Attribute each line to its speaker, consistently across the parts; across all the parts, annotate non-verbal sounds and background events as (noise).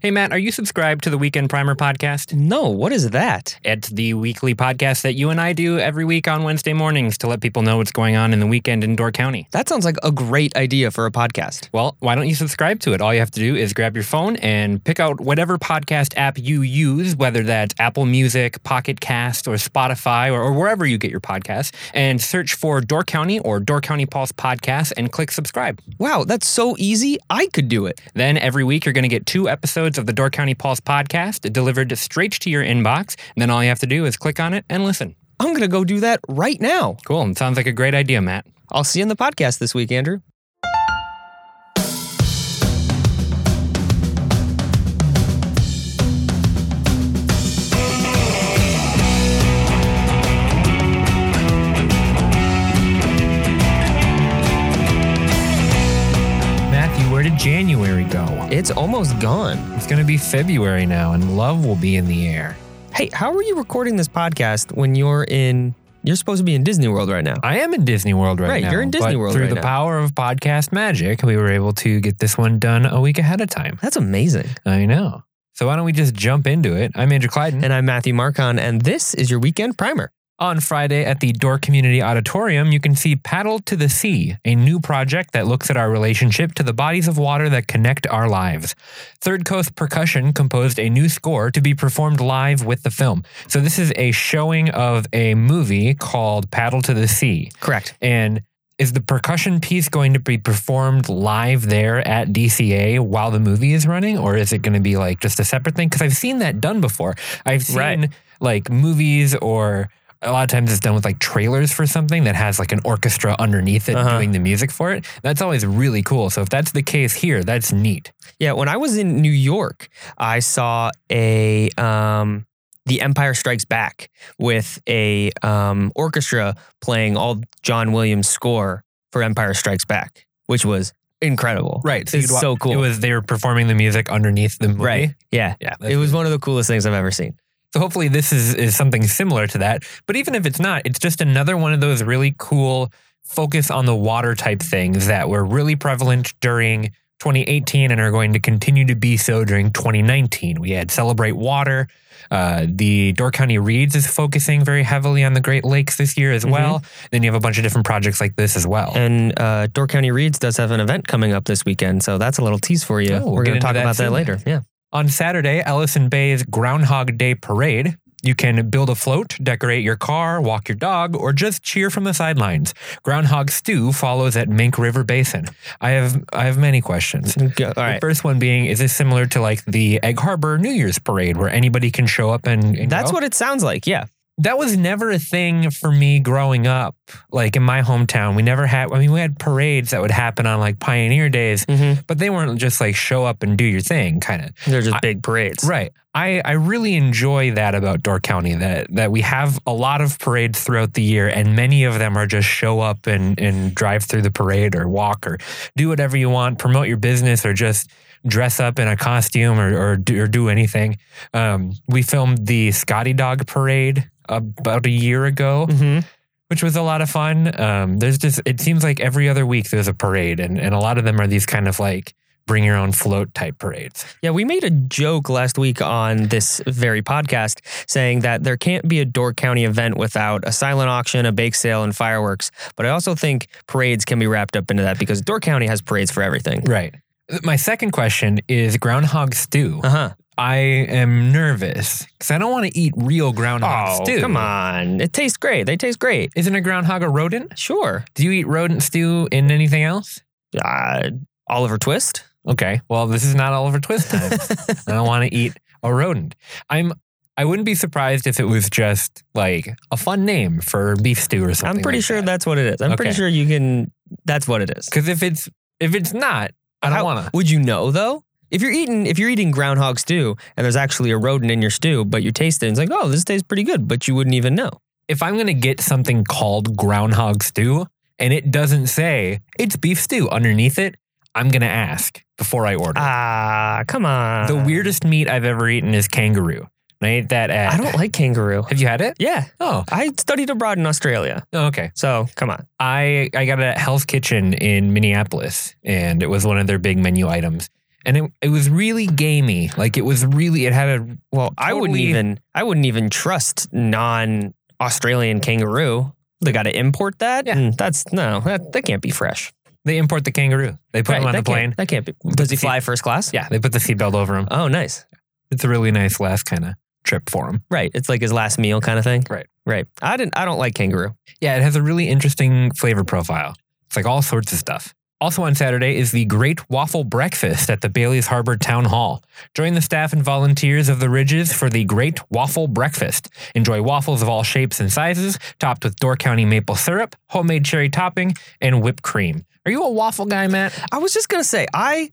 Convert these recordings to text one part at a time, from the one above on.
Speaker 1: Hey, Matt, are you subscribed to the Weekend Primer podcast?
Speaker 2: No, what is that?
Speaker 1: It's the weekly podcast that you and I do every week on Wednesday mornings to let people know what's going on in the weekend in Door County.
Speaker 2: That sounds like a great idea for a podcast.
Speaker 1: Well, why don't you subscribe to it? All you have to do is grab your phone and pick out whatever podcast app you use, whether that's Apple Music, Pocket Cast, or Spotify, or, or wherever you get your podcasts, and search for Door County or Door County Pulse Podcast and click subscribe.
Speaker 2: Wow, that's so easy. I could do it.
Speaker 1: Then every week you're going to get two episodes of the Door County Pulse podcast delivered straight to your inbox. And then all you have to do is click on it and listen.
Speaker 2: I'm going to go do that right now.
Speaker 1: Cool. and Sounds like a great idea, Matt.
Speaker 2: I'll see you in the podcast this week, Andrew.
Speaker 1: Matthew, where did January go?
Speaker 2: It's almost gone.
Speaker 1: It's going to be February now, and love will be in the air.
Speaker 2: Hey, how are you recording this podcast when you're in, you're supposed to be in Disney World right now?
Speaker 1: I am in Disney World right,
Speaker 2: Right,
Speaker 1: now.
Speaker 2: you're in Disney
Speaker 1: but
Speaker 2: World
Speaker 1: Through
Speaker 2: right
Speaker 1: the
Speaker 2: now.
Speaker 1: power of podcast magic, we were able to get this one done a week ahead of time.
Speaker 2: That's amazing.
Speaker 1: I know. So why don't we just jump into it? I'm Andrew Clyden.
Speaker 2: And I'm Matthew Marcon, and this is your weekend primer.
Speaker 1: On Friday at the Door Community Auditorium, you can see Paddle to the Sea, a new project that looks at our relationship to the bodies of water that connect our lives. Third Coast Percussion composed a new score to be performed live with the film. So, this is a showing of a movie called Paddle to the Sea.
Speaker 2: Correct.
Speaker 1: And is the percussion piece going to be performed live there at DCA while the movie is running, or is it going to be like just a separate thing? Because I've seen that done before. I've seen
Speaker 2: Right.
Speaker 1: like movies, or a lot of times it's done with like trailers for something that has like an orchestra underneath it
Speaker 2: Uh-huh.
Speaker 1: doing the music for it. That's always really cool. So if that's the case here, that's neat.
Speaker 2: Yeah, when I was in New York, I saw a um The Empire Strikes Back with a um orchestra playing all John Williams score for Empire Strikes Back, which was incredible.
Speaker 1: Right.
Speaker 2: It's so cool.
Speaker 1: It was they were performing the music underneath the movie.
Speaker 2: Right. Yeah.
Speaker 1: Yeah.
Speaker 2: It was one of the coolest things I've ever seen.
Speaker 1: So hopefully this is, is something similar to that. But even if it's not, it's just another one of those really cool focus on the water type things that were really prevalent during 2018 and are going to continue to be so during 2019. We had Celebrate Water. Uh, the Door County Reads is focusing very heavily on the Great Lakes this year as well. Then you have a bunch of different projects like this as well.
Speaker 2: And uh, Door County Reads does have an event coming up this weekend, so that's a little tease for you.
Speaker 1: Oh, we'll
Speaker 2: We're
Speaker 1: get
Speaker 2: going
Speaker 1: into
Speaker 2: to talk
Speaker 1: that
Speaker 2: about that
Speaker 1: soon.
Speaker 2: later. Yeah.
Speaker 1: On Saturday, Ellison Bay's Groundhog Day Parade. You can build a float, decorate your car, walk your dog, or just cheer from the sidelines. Groundhog stew follows at Mink River Basin. I have I have many questions.
Speaker 2: Go- All
Speaker 1: The
Speaker 2: right.
Speaker 1: first one being, is this similar to like the Egg Harbor New Year's Parade, where anybody can show up and, and
Speaker 2: That's
Speaker 1: go?
Speaker 2: what it sounds like. Yeah.
Speaker 1: that was never a thing for me growing up. Like in my hometown, we never had. I mean, we had parades that would happen on like Pioneer Days,
Speaker 2: Mm-hmm.
Speaker 1: but they weren't just like show up and do your thing kind of.
Speaker 2: They're just
Speaker 1: I-
Speaker 2: big parades.
Speaker 1: Right. I, I really enjoy that about Door County that that we have a lot of parades throughout the year and many of them are just show up and, and drive through the parade or walk or do whatever you want, promote your business or just dress up in a costume or or do, or do anything. Um, we filmed the Scotty Dog parade about a year ago
Speaker 2: Mm-hmm.
Speaker 1: which was a lot of fun. Um, there's just it seems like every other week there's a parade, and and a lot of them are these kind of like bring your own float type parades.
Speaker 2: Yeah, we made a joke last week on this very podcast saying that there can't be a Door County event without a silent auction, a bake sale, and fireworks. But I also think parades can be wrapped up into that because Door County has parades for everything.
Speaker 1: Right. My second question is groundhog stew.
Speaker 2: Uh huh.
Speaker 1: I am nervous because I don't want to eat real groundhog
Speaker 2: Oh,
Speaker 1: stew.
Speaker 2: come on. It tastes great. They taste great.
Speaker 1: Isn't a groundhog a rodent?
Speaker 2: Sure.
Speaker 1: Do you eat rodent stew in anything else?
Speaker 2: Uh, Oliver (laughs) Twist.
Speaker 1: Okay. Well, this is not Oliver Twist time.
Speaker 2: (laughs)
Speaker 1: I don't want to eat a rodent. I'm. I wouldn't be surprised if it was just like a fun name for beef stew or something.
Speaker 2: I'm pretty
Speaker 1: like
Speaker 2: sure
Speaker 1: that.
Speaker 2: that's what it is. I'm pretty
Speaker 1: Okay.
Speaker 2: sure you can. That's what it is.
Speaker 1: Because if it's if it's not, I don't
Speaker 2: How-
Speaker 1: want to.
Speaker 2: Would you know though? If you're eating if you're eating groundhog stew and there's actually a rodent in your stew, but you taste it and it's like, oh, this tastes pretty good, but you wouldn't even know.
Speaker 1: If I'm gonna get something called groundhog stew and it doesn't say it's beef stew underneath it, I'm gonna ask before I order.
Speaker 2: Ah, come on.
Speaker 1: the weirdest meat I've ever eaten is kangaroo. And I ate that at.
Speaker 2: I don't like kangaroo.
Speaker 1: (laughs) Have you had it?
Speaker 2: Yeah,
Speaker 1: Oh,
Speaker 2: I studied abroad in Australia,
Speaker 1: okay.
Speaker 2: so come on.
Speaker 1: I I got it at Hell's Kitchen in Minneapolis, and it was one of their big menu items. and it, it was really gamey. Like it was really it had a
Speaker 2: Well, I wouldn't
Speaker 1: Totally-
Speaker 2: even I wouldn't even trust non Australian kangaroo. They got to import that,
Speaker 1: Yeah.
Speaker 2: and that's no, that, that can't be fresh.
Speaker 1: they import the kangaroo. They put
Speaker 2: Right,
Speaker 1: him on
Speaker 2: that
Speaker 1: the plane.
Speaker 2: can't- That can't be. Does he fly first class?
Speaker 1: Yeah, they put the seatbelt over him.
Speaker 2: Oh, nice.
Speaker 1: It's a really nice last kind of trip for him.
Speaker 2: Right. It's like his last meal kind of thing.
Speaker 1: Right.
Speaker 2: Right. I didn't. I don't like kangaroo.
Speaker 1: Yeah, it has a really interesting flavor profile. It's like all sorts of stuff. Also on Saturday is the Great Waffle Breakfast at the Bailey's Harbor Town Hall. Join the staff and volunteers of the Ridges for the Great Waffle Breakfast. Enjoy waffles of all shapes and sizes, topped with Door County maple syrup, homemade cherry topping, and whipped cream. Are you a waffle guy, Matt?
Speaker 2: I was just gonna say, I.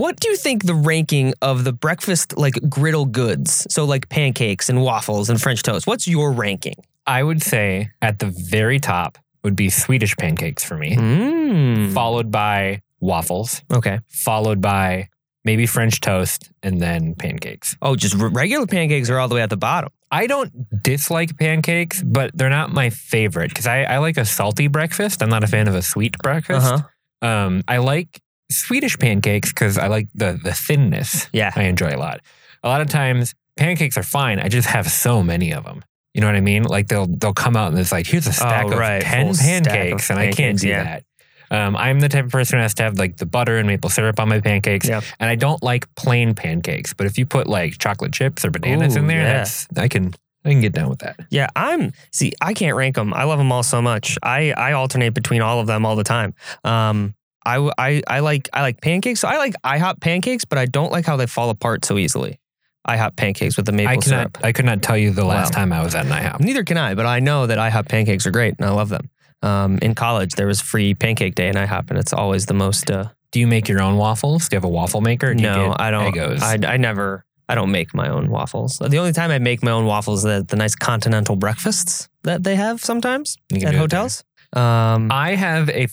Speaker 2: What do you think the ranking of the breakfast like griddle goods? So like pancakes and waffles and French toast. What's your ranking?
Speaker 1: I would say at the very top would be Swedish pancakes for me,
Speaker 2: Mm.
Speaker 1: followed by waffles,
Speaker 2: Okay.
Speaker 1: followed by maybe French toast, and then pancakes.
Speaker 2: Oh, just re- regular pancakes are all the way at the bottom.
Speaker 1: I don't dislike pancakes, but they're not my favorite because I, I like a salty breakfast. I'm not a fan of a sweet breakfast.
Speaker 2: Uh huh.
Speaker 1: Um, I like Swedish pancakes because I like the the thinness.
Speaker 2: Yeah.
Speaker 1: I enjoy a lot. A lot of times pancakes are fine. I just have so many of them. You know what I mean? Like they'll they'll come out and it's like here's a stack of
Speaker 2: Oh, right.
Speaker 1: ten
Speaker 2: Full
Speaker 1: pancakes,
Speaker 2: stack
Speaker 1: and
Speaker 2: of
Speaker 1: I can't
Speaker 2: pancakes,
Speaker 1: do
Speaker 2: yeah.
Speaker 1: that. Um, I'm the type of person who has to have like the butter and maple syrup on my pancakes,
Speaker 2: Yeah.
Speaker 1: and I don't like plain pancakes. But if you put like chocolate chips or bananas in
Speaker 2: Ooh,
Speaker 1: there,
Speaker 2: yeah.
Speaker 1: that's I can I can get down with that.
Speaker 2: Yeah, I'm see, I can't rank them. I love them all so much. I I alternate between all of them all the time. Um I w- I I like I like pancakes. So I like IHOP pancakes, but I don't like how they fall apart so easily. IHOP pancakes with the maple
Speaker 1: I cannot
Speaker 2: syrup.
Speaker 1: I could not tell you the last
Speaker 2: Wow.
Speaker 1: time I was at an IHOP.
Speaker 2: Neither can I, but I know that IHOP pancakes are great and I love them. Um, in college, there was free pancake day in IHOP, and it's always the most. Uh,
Speaker 1: Do you make your own waffles? Do you have a waffle maker? Do you
Speaker 2: no,
Speaker 1: get
Speaker 2: I don't.
Speaker 1: Egos?
Speaker 2: I, I never. I don't make my own waffles. The only time I make my own waffles is the, the nice continental breakfast that they have sometimes
Speaker 1: You can
Speaker 2: at
Speaker 1: do it Mm-hmm.
Speaker 2: hotels. Um,
Speaker 1: I have a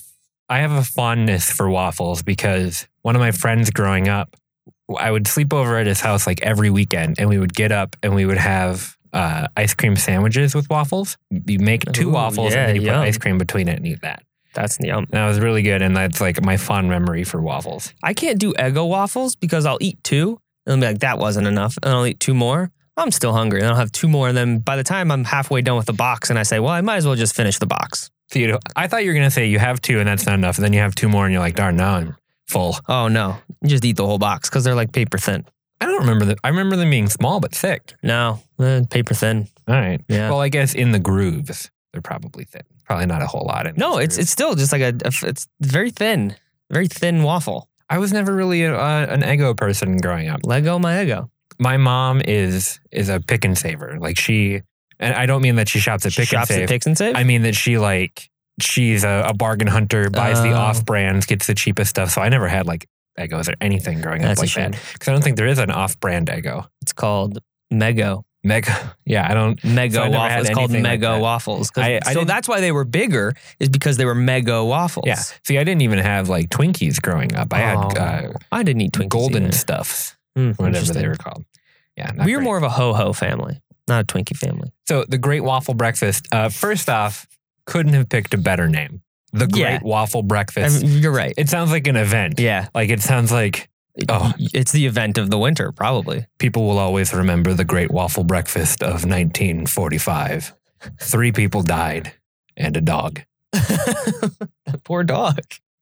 Speaker 1: I have a fondness for waffles because one of my friends growing up, I would sleep over at his house like every weekend, and we would get up and we would have uh, ice cream sandwiches with waffles. You make two
Speaker 2: Ooh,
Speaker 1: waffles
Speaker 2: yeah,
Speaker 1: and then you
Speaker 2: yum.
Speaker 1: put ice cream between it and eat that.
Speaker 2: That's um, yum.
Speaker 1: And that was really good, and that's like my fond memory for waffles.
Speaker 2: I can't do Eggo waffles because I'll eat two and I'll be like, that wasn't enough. And I'll eat two more. I'm still hungry. And I'll have two more. And then by the time I'm halfway done with the box and I say, well, I might as well just finish the box.
Speaker 1: So you, I thought you were gonna say you have two and that's not enough, and then you have two more and you're like, darn, now I'm full.
Speaker 2: Oh, no. You just eat the whole box because they're like paper thin.
Speaker 1: I don't remember that. I remember them being small but thick.
Speaker 2: No, eh, paper thin.
Speaker 1: All right.
Speaker 2: Yeah.
Speaker 1: Well, I guess in the grooves, they're probably thin. Probably not a whole lot in.
Speaker 2: no,
Speaker 1: those
Speaker 2: it's
Speaker 1: grooves.
Speaker 2: it's still just like a, a f- it's very thin, very thin waffle.
Speaker 1: I was never really a, uh, an Eggo person growing up.
Speaker 2: Lego my Eggo.
Speaker 1: My mom is is a pick and saver. Like she, and I don't mean that she shops at
Speaker 2: She
Speaker 1: pick
Speaker 2: shops
Speaker 1: and
Speaker 2: at
Speaker 1: save.
Speaker 2: Picks and Save.
Speaker 1: I mean that she like she's a, a bargain hunter, buys the
Speaker 2: Oh.
Speaker 1: off brands, gets the cheapest stuff. So I never had like Eggos or anything growing
Speaker 2: That's
Speaker 1: up
Speaker 2: a
Speaker 1: like
Speaker 2: shame.
Speaker 1: that because I don't think there is an off brand Eggo.
Speaker 2: It's called Mego.
Speaker 1: Mega, (laughs) yeah, I don't.
Speaker 2: Mega
Speaker 1: So I never
Speaker 2: waffles.
Speaker 1: had
Speaker 2: It's called
Speaker 1: anything like
Speaker 2: mega
Speaker 1: that.
Speaker 2: waffles. 'Cause-
Speaker 1: I- I
Speaker 2: so
Speaker 1: didn't-
Speaker 2: that's why they were bigger, is because they were mega waffles.
Speaker 1: Yeah, see, I didn't even have like Twinkies growing up. I had uh,
Speaker 2: Oh, I didn't eat Twinkies.
Speaker 1: golden
Speaker 2: either.
Speaker 1: stuffs,
Speaker 2: Mm,
Speaker 1: whatever
Speaker 2: interesting.
Speaker 1: they were called. Yeah, not
Speaker 2: We were
Speaker 1: great.
Speaker 2: more of a ho ho family, not a Twinkie family.
Speaker 1: So the Great Waffle Breakfast. Uh, first off, couldn't have picked a better name. The Great
Speaker 2: Yeah.
Speaker 1: Waffle
Speaker 2: I
Speaker 1: Breakfast.
Speaker 2: mean, you're right.
Speaker 1: it sounds like an event.
Speaker 2: Yeah.
Speaker 1: Like it sounds like Oh.
Speaker 2: It's the event of the winter, (laughs) probably.
Speaker 1: people will always remember the Great Waffle Breakfast of 1945. Three people died and a dog.
Speaker 2: That poor dog.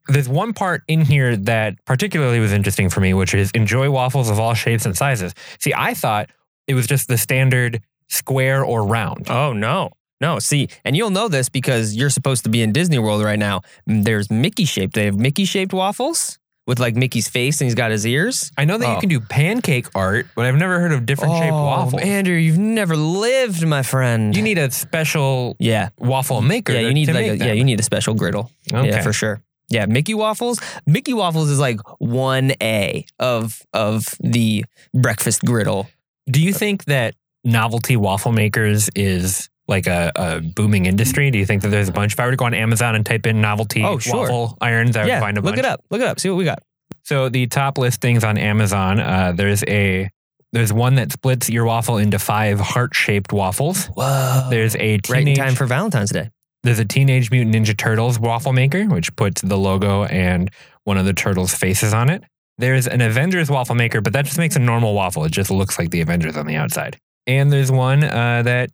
Speaker 1: There's one part in here that particularly was interesting for me, which is enjoy waffles of all shapes and sizes. See, I thought it was just the standard square or round.
Speaker 2: Oh, no. No, see, and you'll know this because you're supposed to be in Disney World right now. Mm, There's Mickey shaped. They have Mickey shaped waffles with like Mickey's face and he's got his ears.
Speaker 1: I know that
Speaker 2: Oh.
Speaker 1: you can do pancake art, but I've never heard of different shaped
Speaker 2: Oh,
Speaker 1: waffles.
Speaker 2: Andrew, you've never lived, my friend.
Speaker 1: You need a special
Speaker 2: yeah.
Speaker 1: waffle maker.
Speaker 2: Yeah, you need
Speaker 1: to
Speaker 2: like
Speaker 1: make
Speaker 2: a,
Speaker 1: them.
Speaker 2: yeah, you need a special griddle.
Speaker 1: Okay.
Speaker 2: Yeah, for sure. Yeah, Mickey waffles. Mickey waffles is like one A of of the breakfast griddle.
Speaker 1: Do you think that novelty waffle makers is like a, a booming industry? Do you think that there's a bunch? If I were to go on Amazon and type in novelty
Speaker 2: Oh, sure.
Speaker 1: waffle irons, I would
Speaker 2: yeah,
Speaker 1: find a bunch.
Speaker 2: look it up. Look it up. See what we got.
Speaker 1: So the top listings on Amazon, uh, there's a there's one that splits your waffle into five heart shaped waffles.
Speaker 2: Whoa.
Speaker 1: There's a
Speaker 2: right in
Speaker 1: teenage
Speaker 2: time for Valentine's Day.
Speaker 1: there's a Teenage Mutant Ninja Turtles waffle maker, which puts the logo and one of the turtles' faces on it. There's an Avengers waffle maker, but that just makes a normal waffle. It just looks like the Avengers on the outside. And there's one uh, that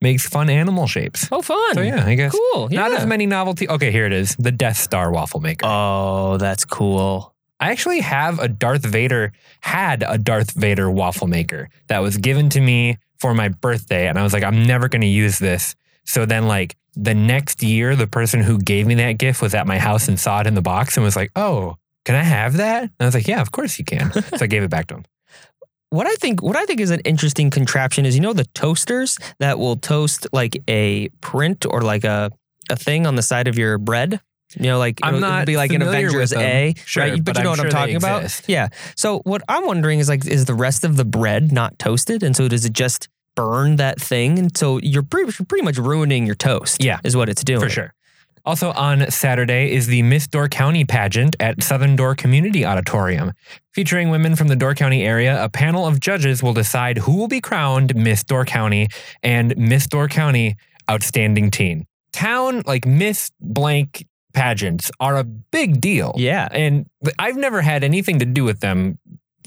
Speaker 1: makes fun animal shapes.
Speaker 2: Oh, fun.
Speaker 1: So yeah, I guess
Speaker 2: Cool.
Speaker 1: not
Speaker 2: yeah.
Speaker 1: as many novelty. Okay, here it is: the Death Star waffle maker.
Speaker 2: Oh, that's cool.
Speaker 1: I actually have a Darth Vader, had a Darth Vader waffle maker that was given to me for my birthday. And I was like, I'm never going to use this. So then, like, the next year, the person who gave me that gift was at my house and saw it in the box and was like, Oh, can I have that? And I was like, Yeah, of course you
Speaker 2: (laughs)
Speaker 1: can. so I gave it back to him.
Speaker 2: What I think what I think is an interesting contraption is you know the toasters that will toast like a print or like a a thing on the side of your bread. You know, like
Speaker 1: I'm
Speaker 2: it'll- it'll
Speaker 1: not
Speaker 2: be like an
Speaker 1: familiar with
Speaker 2: Avengers
Speaker 1: them.
Speaker 2: A,
Speaker 1: Sure,
Speaker 2: right? But,
Speaker 1: but
Speaker 2: you
Speaker 1: I'm
Speaker 2: know what I'm
Speaker 1: sure they
Speaker 2: talking about.
Speaker 1: exist.
Speaker 2: Yeah. So what I'm wondering is like, is the rest of the bread not toasted, and so does it just burn that thing? And so you're pretty, pretty much ruining your toast.
Speaker 1: Yeah.
Speaker 2: is what it's doing
Speaker 1: For sure. Also on Saturday is the Miss Door County pageant at Southern Door Community Auditorium. Featuring women from the Door County area, a panel of judges will decide who will be crowned Miss Door County and Miss Door County Outstanding Teen. Town like Miss Blank pageants are a big deal.
Speaker 2: Yeah.
Speaker 1: And I've never had anything to do with them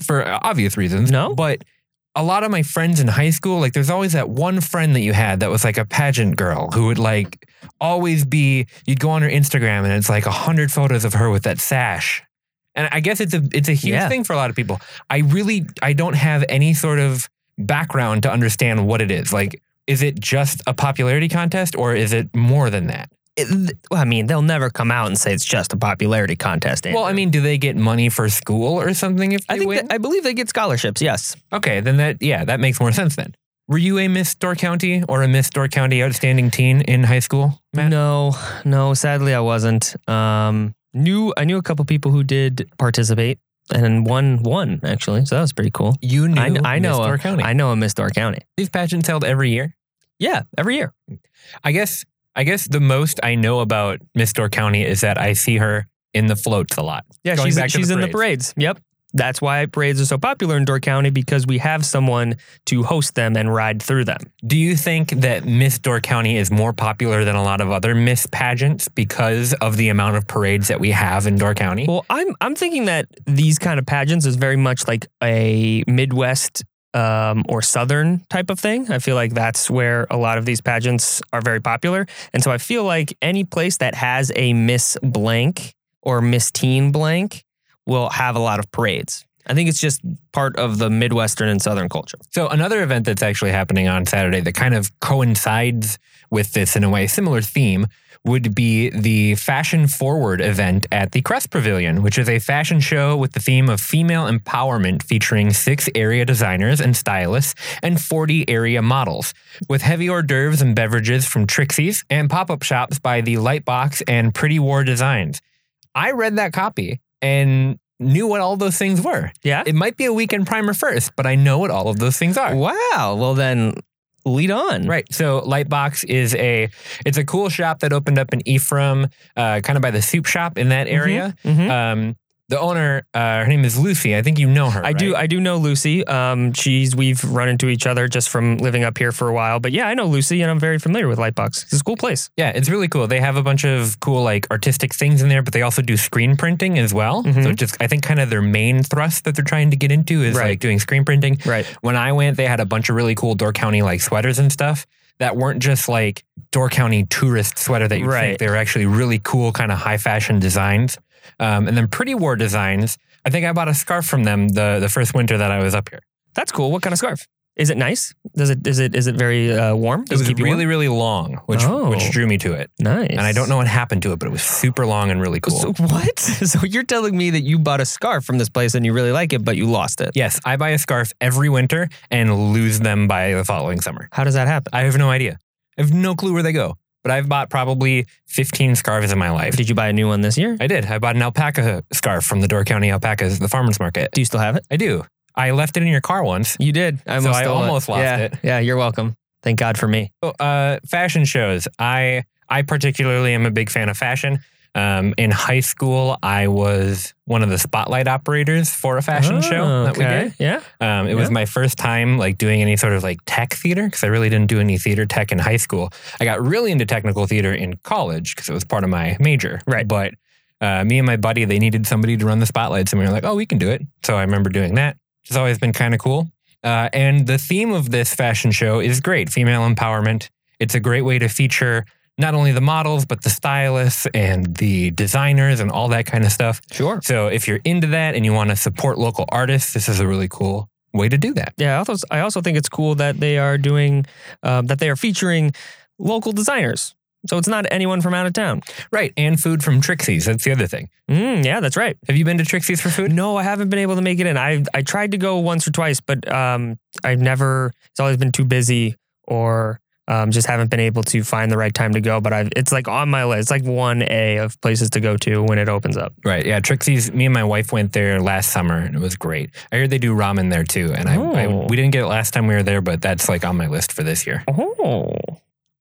Speaker 1: for obvious reasons.
Speaker 2: No?
Speaker 1: But a lot of my friends in high school, like there's always that one friend that you had that was like a pageant girl who would like always be, you'd go on her Instagram and it's like a hundred photos of her with that sash. And I guess it's a it's a huge
Speaker 2: Yeah.
Speaker 1: thing for a lot of people. I really I don't have any sort of background to understand what it is. Like, is it just a popularity contest or is it more than that?
Speaker 2: It- well, I mean, they'll never come out and say it's just a popularity contest.
Speaker 1: Well, I
Speaker 2: Andrew.
Speaker 1: mean, do they get money for school or something if they
Speaker 2: I think
Speaker 1: win?
Speaker 2: that, I believe they get scholarships. Yes.
Speaker 1: Okay, then that yeah, that makes more sense then. Were you a Miss Door County or a Miss Door County outstanding teen in high school, Matt?
Speaker 2: No, no. Sadly, I wasn't. Um, knew I knew a couple people who did participate, and one won actually, so that was pretty cool.
Speaker 1: You knew
Speaker 2: I, kn- I know
Speaker 1: Miss
Speaker 2: a-
Speaker 1: Door County.
Speaker 2: I know a Miss Door County.
Speaker 1: These pageants held every year.
Speaker 2: Yeah, every year.
Speaker 1: I guess I guess the most I know about Miss Door County is that I see her in the floats a lot.
Speaker 2: Yeah,
Speaker 1: Going
Speaker 2: she's
Speaker 1: back to the
Speaker 2: she's in the parades. Yep. That's why parades are so popular in Door County because we have someone to host them and ride through them.
Speaker 1: Do you think that Miss Door County is more popular than a lot of other Miss pageants because of the amount of parades that we have in Door County?
Speaker 2: Well, I'm I'm thinking that these kind of pageants is very much like a Midwest um, or Southern type of thing. I feel like that's where a lot of these pageants are very popular, and so I feel like any place that has a Miss Blank or Miss Teen Blank will have a lot of parades. I think it's just part of the Midwestern and Southern culture.
Speaker 1: So another event that's actually happening on Saturday that kind of coincides with this in a way, similar theme would be the Fashion Forward event at the Crest Pavilion, which is a fashion show with the theme of female empowerment featuring six area designers and stylists and 40 area models, with heavy hors d'oeuvres and beverages from Trixie's and pop-up shops by the Lightbox and Pretty War Designs. I read that copy and knew what all those things were.
Speaker 2: Yeah.
Speaker 1: It might be a weekend primer first, but I know what all of those things are.
Speaker 2: Wow. Well, then lead on.
Speaker 1: Right. So Lightbox is a it's a cool shop that opened up in Ephraim, uh, kind of by the soup shop in that area.
Speaker 2: Mhm.
Speaker 1: Um, the owner, uh, her name is Lucy. I think you know her.
Speaker 2: I do.
Speaker 1: right?
Speaker 2: I do know Lucy. Um, she's we've run into each other just from living up here for a while. But yeah, I know Lucy, and I'm very familiar with Lightbox. It's a cool place.
Speaker 1: yeah, it's really cool. They have a bunch of cool like artistic things in there, but they also do screen printing as well.
Speaker 2: Mhm.
Speaker 1: So it's just I think kind of their main thrust that they're trying to get into is
Speaker 2: Right.
Speaker 1: like doing screen printing.
Speaker 2: Right.
Speaker 1: When I went, they had a bunch of really cool Door County like sweaters and stuff that weren't just like Door County tourist sweater that you
Speaker 2: Right.
Speaker 1: think. They were actually really cool, kind of high fashion designs. Um, and then Pretty War Designs. I think I bought a scarf from them the the first winter that I was up here.
Speaker 2: That's cool. What kind of scarf? Is it nice? Does it is it is it very uh, warm?
Speaker 1: It
Speaker 2: Does
Speaker 1: was
Speaker 2: keep you warm?
Speaker 1: really really long, which
Speaker 2: Oh.
Speaker 1: which drew me to it.
Speaker 2: nice.
Speaker 1: And I don't know what happened to it, but it was super long and really cool.
Speaker 2: So, what? (laughs) So you're telling me that you bought a scarf from this place and you really like it, but you lost it?
Speaker 1: yes, I buy a scarf every winter and lose them by the following summer.
Speaker 2: How does that happen?
Speaker 1: I have no idea. I have no clue where they go. But I've bought probably 15 scarves in my life.
Speaker 2: Did you buy a new one this year?
Speaker 1: I did. I bought an alpaca scarf from the Door County Alpacas at the farmers market.
Speaker 2: Do you still have it?
Speaker 1: I do. I left it in your car once.
Speaker 2: You did. I
Speaker 1: So I
Speaker 2: stole
Speaker 1: almost lost
Speaker 2: Yeah.
Speaker 1: it.
Speaker 2: Yeah. You're welcome. Thank God for me.
Speaker 1: Oh, Uh, fashion shows. I I particularly am a big fan of fashion. Um, in high school, I was one of the spotlight operators for a fashion show that we
Speaker 2: Oh, okay.
Speaker 1: did.
Speaker 2: Yeah.
Speaker 1: Um, it was
Speaker 2: Yeah.
Speaker 1: my first time like doing any sort of like tech theater because I really didn't do any theater tech in high school. I got really into technical theater in college because it was part of my major.
Speaker 2: Right.
Speaker 1: But uh, me and my buddy, they needed somebody to run the spotlights, and we were like, oh, we can do it. So I remember doing that, which has always been kind of cool. Uh, and the theme of this fashion show is great female empowerment. It's a great way to feature not only the models, but the stylists and the designers and all that kind of stuff.
Speaker 2: Sure.
Speaker 1: So if you're into that and you want to support local artists, this is a really cool way to do that.
Speaker 2: Yeah, I also, I also think it's cool that they are doing, um, that they are featuring local designers. So it's not anyone from out of town.
Speaker 1: Right. And food from Trixie's. That's the other thing.
Speaker 2: Mm, yeah, that's right.
Speaker 1: Have you been to Trixie's for food?
Speaker 2: No, I haven't been able to make it in. I I tried to go once or twice, but um, I've never. It's always been too busy, or um, just haven't been able to find the right time to go. But I've, it's like on my list. It's like one A of places to go to when it opens up.
Speaker 1: Right. Yeah. Trixie's, me and my wife went there last summer and it was great. I heard they do ramen there too. And I, I
Speaker 2: Oh.
Speaker 1: we didn't get it last time we were there, but that's like on my list for this year.
Speaker 2: Oh,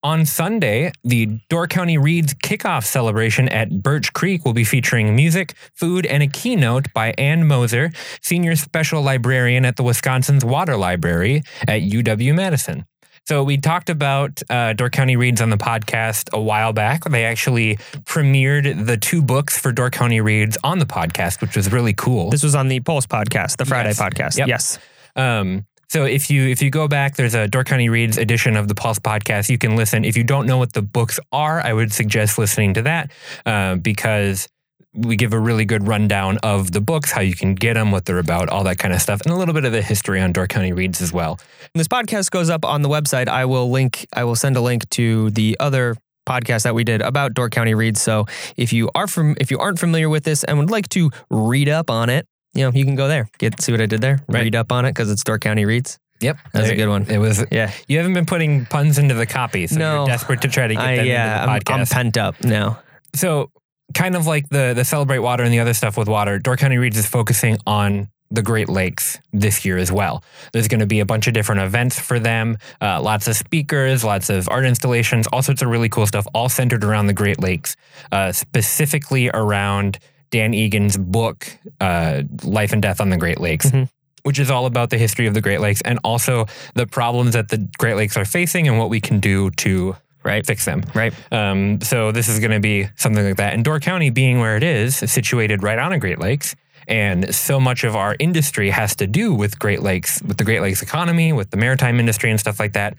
Speaker 1: On Sunday, the Door County Reads kickoff celebration at Birch Creek will be featuring music, food, and a keynote by Ann Moser, senior special librarian at the Wisconsin's Water Library at UW Madison. So, we talked about uh, Door County Reads on the podcast a while back. They actually premiered the two books for Door County Reads on the podcast, which was really cool.
Speaker 2: this was on the Pulse podcast, the Friday
Speaker 1: Yes.
Speaker 2: podcast.
Speaker 1: Yep.
Speaker 2: Yes.
Speaker 1: Um, so if you if you go back, there's a Door County Reads edition of the Pulse podcast. You can listen. If you don't know what the books are, I would suggest listening to that uh, because we give a really good rundown of the books, how you can get them, what they're about, all that kind of stuff, and a little bit of the history on Door County Reads as well.
Speaker 2: When this podcast goes up on the website, I will link. I will send a link to the other podcast that we did about Door County Reads. So if you are from, if you aren't familiar with this and would like to read up on it, you know you can go there. Get see what I did there.
Speaker 1: Right.
Speaker 2: Read up on it because it's Door County Reads.
Speaker 1: Yep,
Speaker 2: That's a good one.
Speaker 1: It was.
Speaker 2: Yeah,
Speaker 1: You haven't been putting puns into the copy, so
Speaker 2: No.
Speaker 1: you're desperate to try to get
Speaker 2: I,
Speaker 1: them
Speaker 2: yeah. I'm,
Speaker 1: into the podcast.
Speaker 2: I'm pent up now.
Speaker 1: so kind of like the the celebrate water and the other stuff with water door county reads is focusing on the great lakes this year as well there's going to be a bunch of different events for them uh, lots of speakers lots of art installations all sorts of really cool stuff all centered around the great lakes uh, specifically around dan egan's book uh, life and death on the great lakes
Speaker 2: Mhm.
Speaker 1: Which is all about the history of the Great Lakes and also the problems that the Great Lakes are facing and what we can do to
Speaker 2: Right.
Speaker 1: fix them.
Speaker 2: Right.
Speaker 1: Um, so this is going to be something like that. And Door County, being where it is, is situated right on a Great Lakes, and so much of our industry has to do with Great Lakes, with the Great Lakes economy, with the maritime industry, and stuff like that.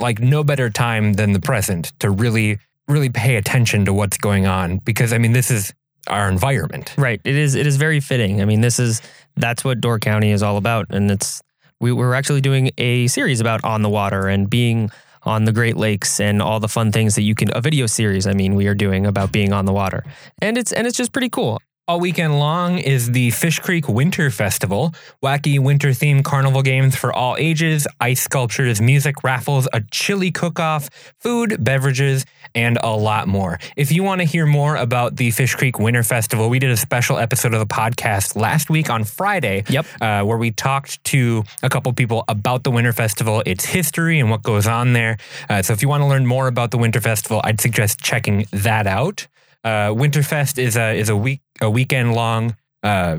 Speaker 1: Like no better time than the present to really, really pay attention to what's going on because I mean this is our environment.
Speaker 2: Right. It is. It is very fitting. I mean, this is that's what Door County is all about, and it's we we're actually doing a series about on the water and being on the Great Lakes and all the fun things that you can. A video series. I mean, we are doing about being on the water, and it's and it's just pretty cool.
Speaker 1: All weekend long is the Fish Creek Winter Festival. Wacky winter themed carnival games for all ages, ice sculptures, music, raffles, a chili cook off, food, beverages, and a lot more. If you want to hear more about the Fish Creek Winter Festival, we did a special episode of the podcast last week on Friday
Speaker 2: Yep.
Speaker 1: uh, where we talked to a couple people about the Winter Festival, its history, and what goes on there. Uh, so if you want to learn more about the Winter Festival, I'd suggest checking that out. Uh, Winterfest is a is a week a weekend long uh,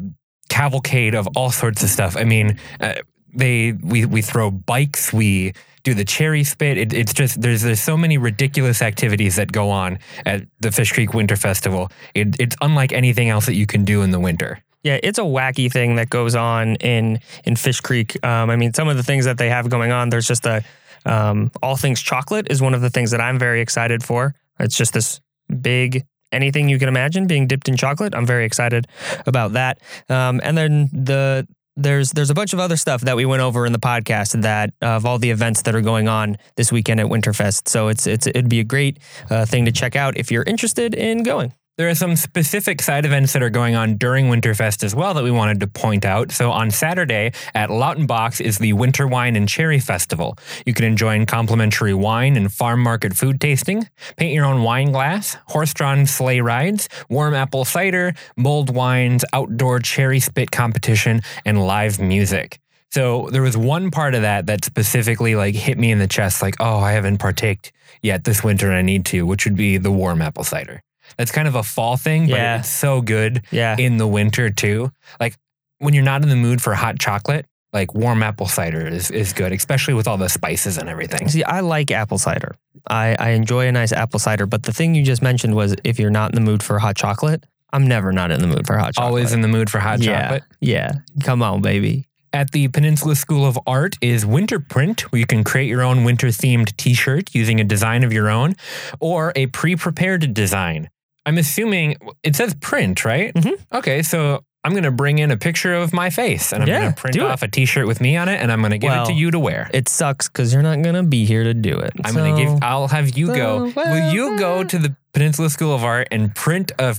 Speaker 1: cavalcade of all sorts of stuff. I mean, uh, they we we throw bikes, we do the cherry spit. It, it's just there's there's so many ridiculous activities that go on at the Fish Creek Winter Festival. It, it's unlike anything else that you can do in the winter.
Speaker 2: Yeah, it's a wacky thing that goes on in in Fish Creek. Um, I mean, some of the things that they have going on. There's just a um, all things chocolate is one of the things that I'm very excited for. It's just this big anything you can imagine being dipped in chocolate. I'm very excited about that. Um, and then the there's there's a bunch of other stuff that we went over in the podcast that of all the events that are going on this weekend at Winterfest. So it's it's it'd be a great uh, thing to check out if you're interested in going.
Speaker 1: There are some specific side events that are going on during Winterfest as well that we wanted to point out. So on Saturday at Lautenbach's is the Winter Wine and Cherry Festival. You can enjoy complimentary wine and farm market food tasting, paint your own wine glass, horse-drawn sleigh rides, warm apple cider, mulled wines, outdoor cherry spit competition, and live music. So there was one part of that that specifically like hit me in the chest, like, oh, I haven't partaked yet this winter and I need to, which would be the warm apple cider. That's kind of a fall thing, but
Speaker 2: Yeah.
Speaker 1: it's so good
Speaker 2: Yeah.
Speaker 1: in the winter too. Like when you're not in the mood for hot chocolate, like warm apple cider is, is good, especially with all the spices and everything.
Speaker 2: See, I like apple cider. I, I enjoy a nice apple cider, but the thing you just mentioned was if you're not in the mood for hot chocolate, I'm never not in the mood for hot chocolate.
Speaker 1: Always in the mood for hot
Speaker 2: yeah,
Speaker 1: chocolate.
Speaker 2: Yeah. Come on, baby.
Speaker 1: At the Peninsula School of Art is Winter Print, where you can create your own winter themed t shirt using a design of your own or a pre prepared design. I'm assuming it says print, right?
Speaker 2: Mhm.
Speaker 1: Okay, so I'm going to bring in a picture of my face and I'm
Speaker 2: Yeah,
Speaker 1: going to print
Speaker 2: do it.
Speaker 1: off a t shirt with me on it and I'm going to give it to
Speaker 2: Well,
Speaker 1: you to wear.
Speaker 2: It sucks because you're not gonna be here to do it.
Speaker 1: I'm going to
Speaker 2: So,
Speaker 1: give, I'll have you go.
Speaker 2: So,
Speaker 1: Will
Speaker 2: well,
Speaker 1: you go
Speaker 2: well.
Speaker 1: to the Peninsula School of Art and print a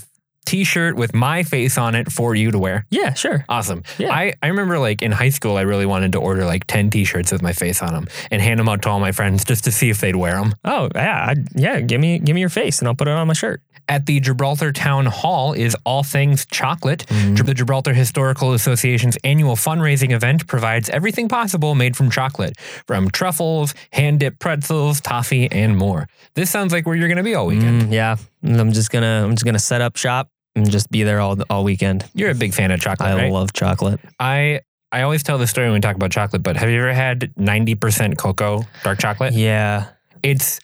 Speaker 1: t shirt with my face on it for you to wear?
Speaker 2: yeah, sure.
Speaker 1: Awesome.
Speaker 2: Yeah.
Speaker 1: I, I remember like in high school, I really wanted to order like 10 t shirts with my face on them and hand them out to all my friends just to see if they'd wear them.
Speaker 2: Oh yeah, I, yeah. Give me give me your face and I'll put it on my shirt.
Speaker 1: At the Gibraltar Town Hall is All Things Chocolate.
Speaker 2: Mm-hmm.
Speaker 1: The Gibraltar Historical Association's annual fundraising event provides everything possible made from chocolate, from truffles, hand dipped pretzels, toffee, and more. This sounds like where you're going to be all weekend.
Speaker 2: Mm, yeah, And I'm just gonna I'm just gonna set up shop and just be there all all weekend.
Speaker 1: You're a big fan of chocolate,
Speaker 2: I
Speaker 1: right?
Speaker 2: love chocolate.
Speaker 1: I I always tell this story when we talk about chocolate, but have you ever had 90% cocoa dark chocolate?
Speaker 2: Yeah,
Speaker 1: It's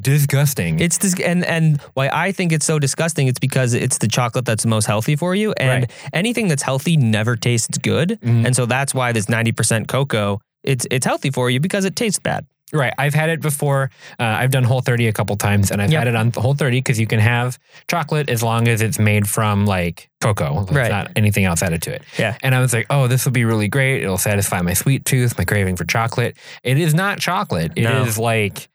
Speaker 1: disgusting.
Speaker 2: it's dis- and and why I think it's so disgusting. It's because it's the chocolate that's the most healthy for you, and anything that's healthy never tastes good,
Speaker 1: Mm.
Speaker 2: and so that's why this ninety percent cocoa. It's it's healthy for you because it tastes bad.
Speaker 1: Right. I've had it before. Uh, I've done Whole 30 a couple times and I've
Speaker 2: Yep.
Speaker 1: had it on Whole 30 because you can have chocolate as long as it's made from like cocoa. It's
Speaker 2: Right.
Speaker 1: not anything else added to it.
Speaker 2: Yeah.
Speaker 1: And I was like, oh, this will be really great. It'll satisfy my sweet tooth, my craving for chocolate. It is not chocolate. It is
Speaker 2: No.
Speaker 1: like,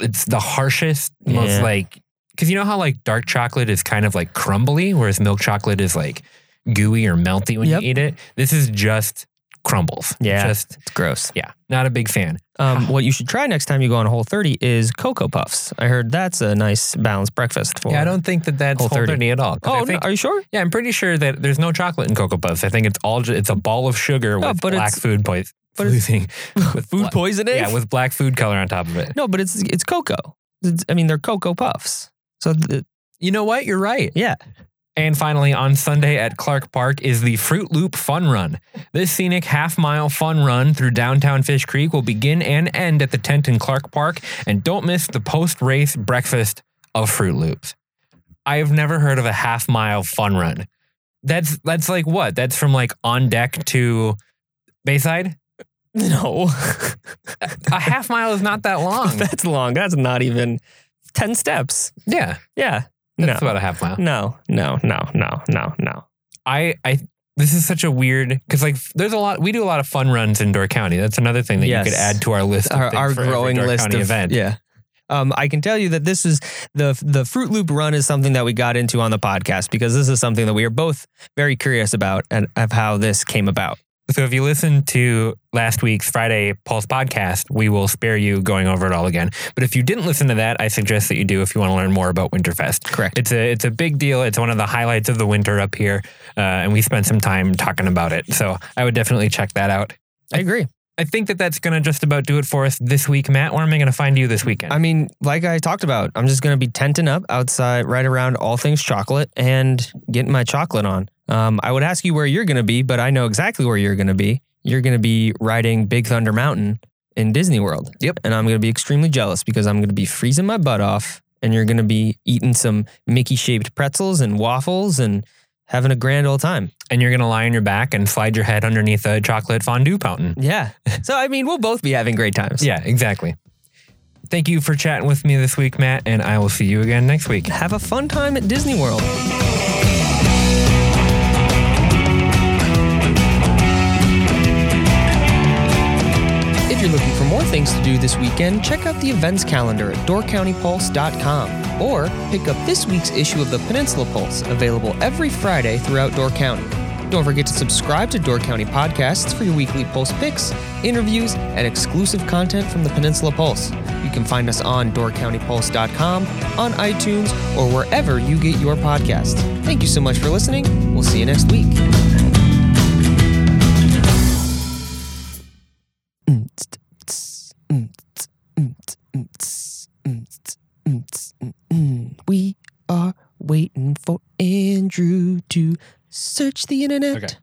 Speaker 1: it's the harshest, most
Speaker 2: Yeah.
Speaker 1: like, because you know how like dark chocolate is kind of like crumbly, whereas milk chocolate is like gooey or melty when
Speaker 2: Yep.
Speaker 1: you eat it? This is just crumbles.
Speaker 2: Yeah.
Speaker 1: Just,
Speaker 2: It's gross.
Speaker 1: yeah. Not a big fan.
Speaker 2: Um, what you should try next time you go on Whole 30 is Cocoa Puffs. I heard that's a nice balanced breakfast for.
Speaker 1: Yeah, I don't think that that's Whole
Speaker 2: Whole 30.
Speaker 1: 30 at all. 'cause I
Speaker 2: Oh, no,
Speaker 1: think-
Speaker 2: are you sure?
Speaker 1: yeah, I'm pretty sure that there's no chocolate in Cocoa Puffs. I think it's all ju- it's a ball of sugar with
Speaker 2: No, but
Speaker 1: black
Speaker 2: it's-
Speaker 1: food poison.
Speaker 2: but it's-
Speaker 1: (laughs) with
Speaker 2: Food
Speaker 1: bla-
Speaker 2: poisoning?
Speaker 1: Yeah, with black food color on top of it.
Speaker 2: no, but it's it's cocoa. It's, I mean, they're cocoa puffs. So th-
Speaker 1: You know what? You're right.
Speaker 2: yeah, (laughs)
Speaker 1: And finally, on Sunday at Clark Park is the Fruit Loop Fun Run. This scenic half mile fun run through downtown Fish Creek will begin and end at the tent in Clark Park. And don't miss the post race breakfast of Fruit Loops. I've never heard of a half mile fun run. That's that's like what? That's from like on deck to Bayside?
Speaker 2: no,
Speaker 1: Hmm. A half mile is not that long.
Speaker 2: (laughs) that's long. That's not even ten steps.
Speaker 1: Yeah.
Speaker 2: Yeah,
Speaker 1: That's
Speaker 2: no,
Speaker 1: about a half mile.
Speaker 2: no, no, no, no, no, no.
Speaker 1: I I this is such a weird because like there's a lot we do a lot of fun runs in Door County. That's another thing that you could
Speaker 2: Yes.
Speaker 1: add to our list. Of
Speaker 2: Our,
Speaker 1: things
Speaker 2: our
Speaker 1: for every
Speaker 2: growing
Speaker 1: Door
Speaker 2: list
Speaker 1: County
Speaker 2: of
Speaker 1: event.
Speaker 2: yeah. Um, I can tell you that this is the the Fruit Loop run is something that we got into on the podcast because this is something that we are both very curious about and of how this came about.
Speaker 1: So if you listen to last week's Friday Pulse podcast, we will spare you going over it all again. But if you didn't listen to that, I suggest that you do if you want to learn more about Winterfest.
Speaker 2: Correct.
Speaker 1: It's a it's a big deal. It's one of the highlights of the winter up here, uh, and we spent some time talking about it. So I would definitely check that out.
Speaker 2: I agree.
Speaker 1: I think that that's gonna just about do it for us this week, Matt. Where am I gonna find you this weekend?
Speaker 2: I mean, like I talked about, I'm just gonna be tenting up outside, right around all things chocolate, and getting my chocolate on. Um, I would ask you where you're gonna be, but I know exactly where you're gonna be. You're gonna be riding Big Thunder Mountain in Disney World.
Speaker 1: Yep.
Speaker 2: And I'm gonna be extremely jealous because I'm gonna be freezing my butt off, and you're gonna be eating some Mickey-shaped pretzels and waffles and having a grand old time.
Speaker 1: and you're gonna lie on your back and slide your head underneath a chocolate fondue fountain.
Speaker 2: Yeah. so I mean, we'll both be having great times.
Speaker 1: Yeah, exactly. Thank you for chatting with me this week, Matt, and I will see you again next week.
Speaker 2: Have a fun time at Disney World. If you're looking for more things to do this weekend, check out the events calendar at doorcountypulse.com or pick up this week's issue of the Peninsula Pulse, available every Friday throughout Door County. Don't forget to subscribe to Door County Podcasts for your weekly Pulse picks, interviews, and exclusive content from the Peninsula Pulse. You can find us on doorcountypulse.com, on iTunes, or wherever you get your podcasts. Thank you so much for listening. We'll see you next week. We are waiting for Andrew to search the internet.
Speaker 1: Okay.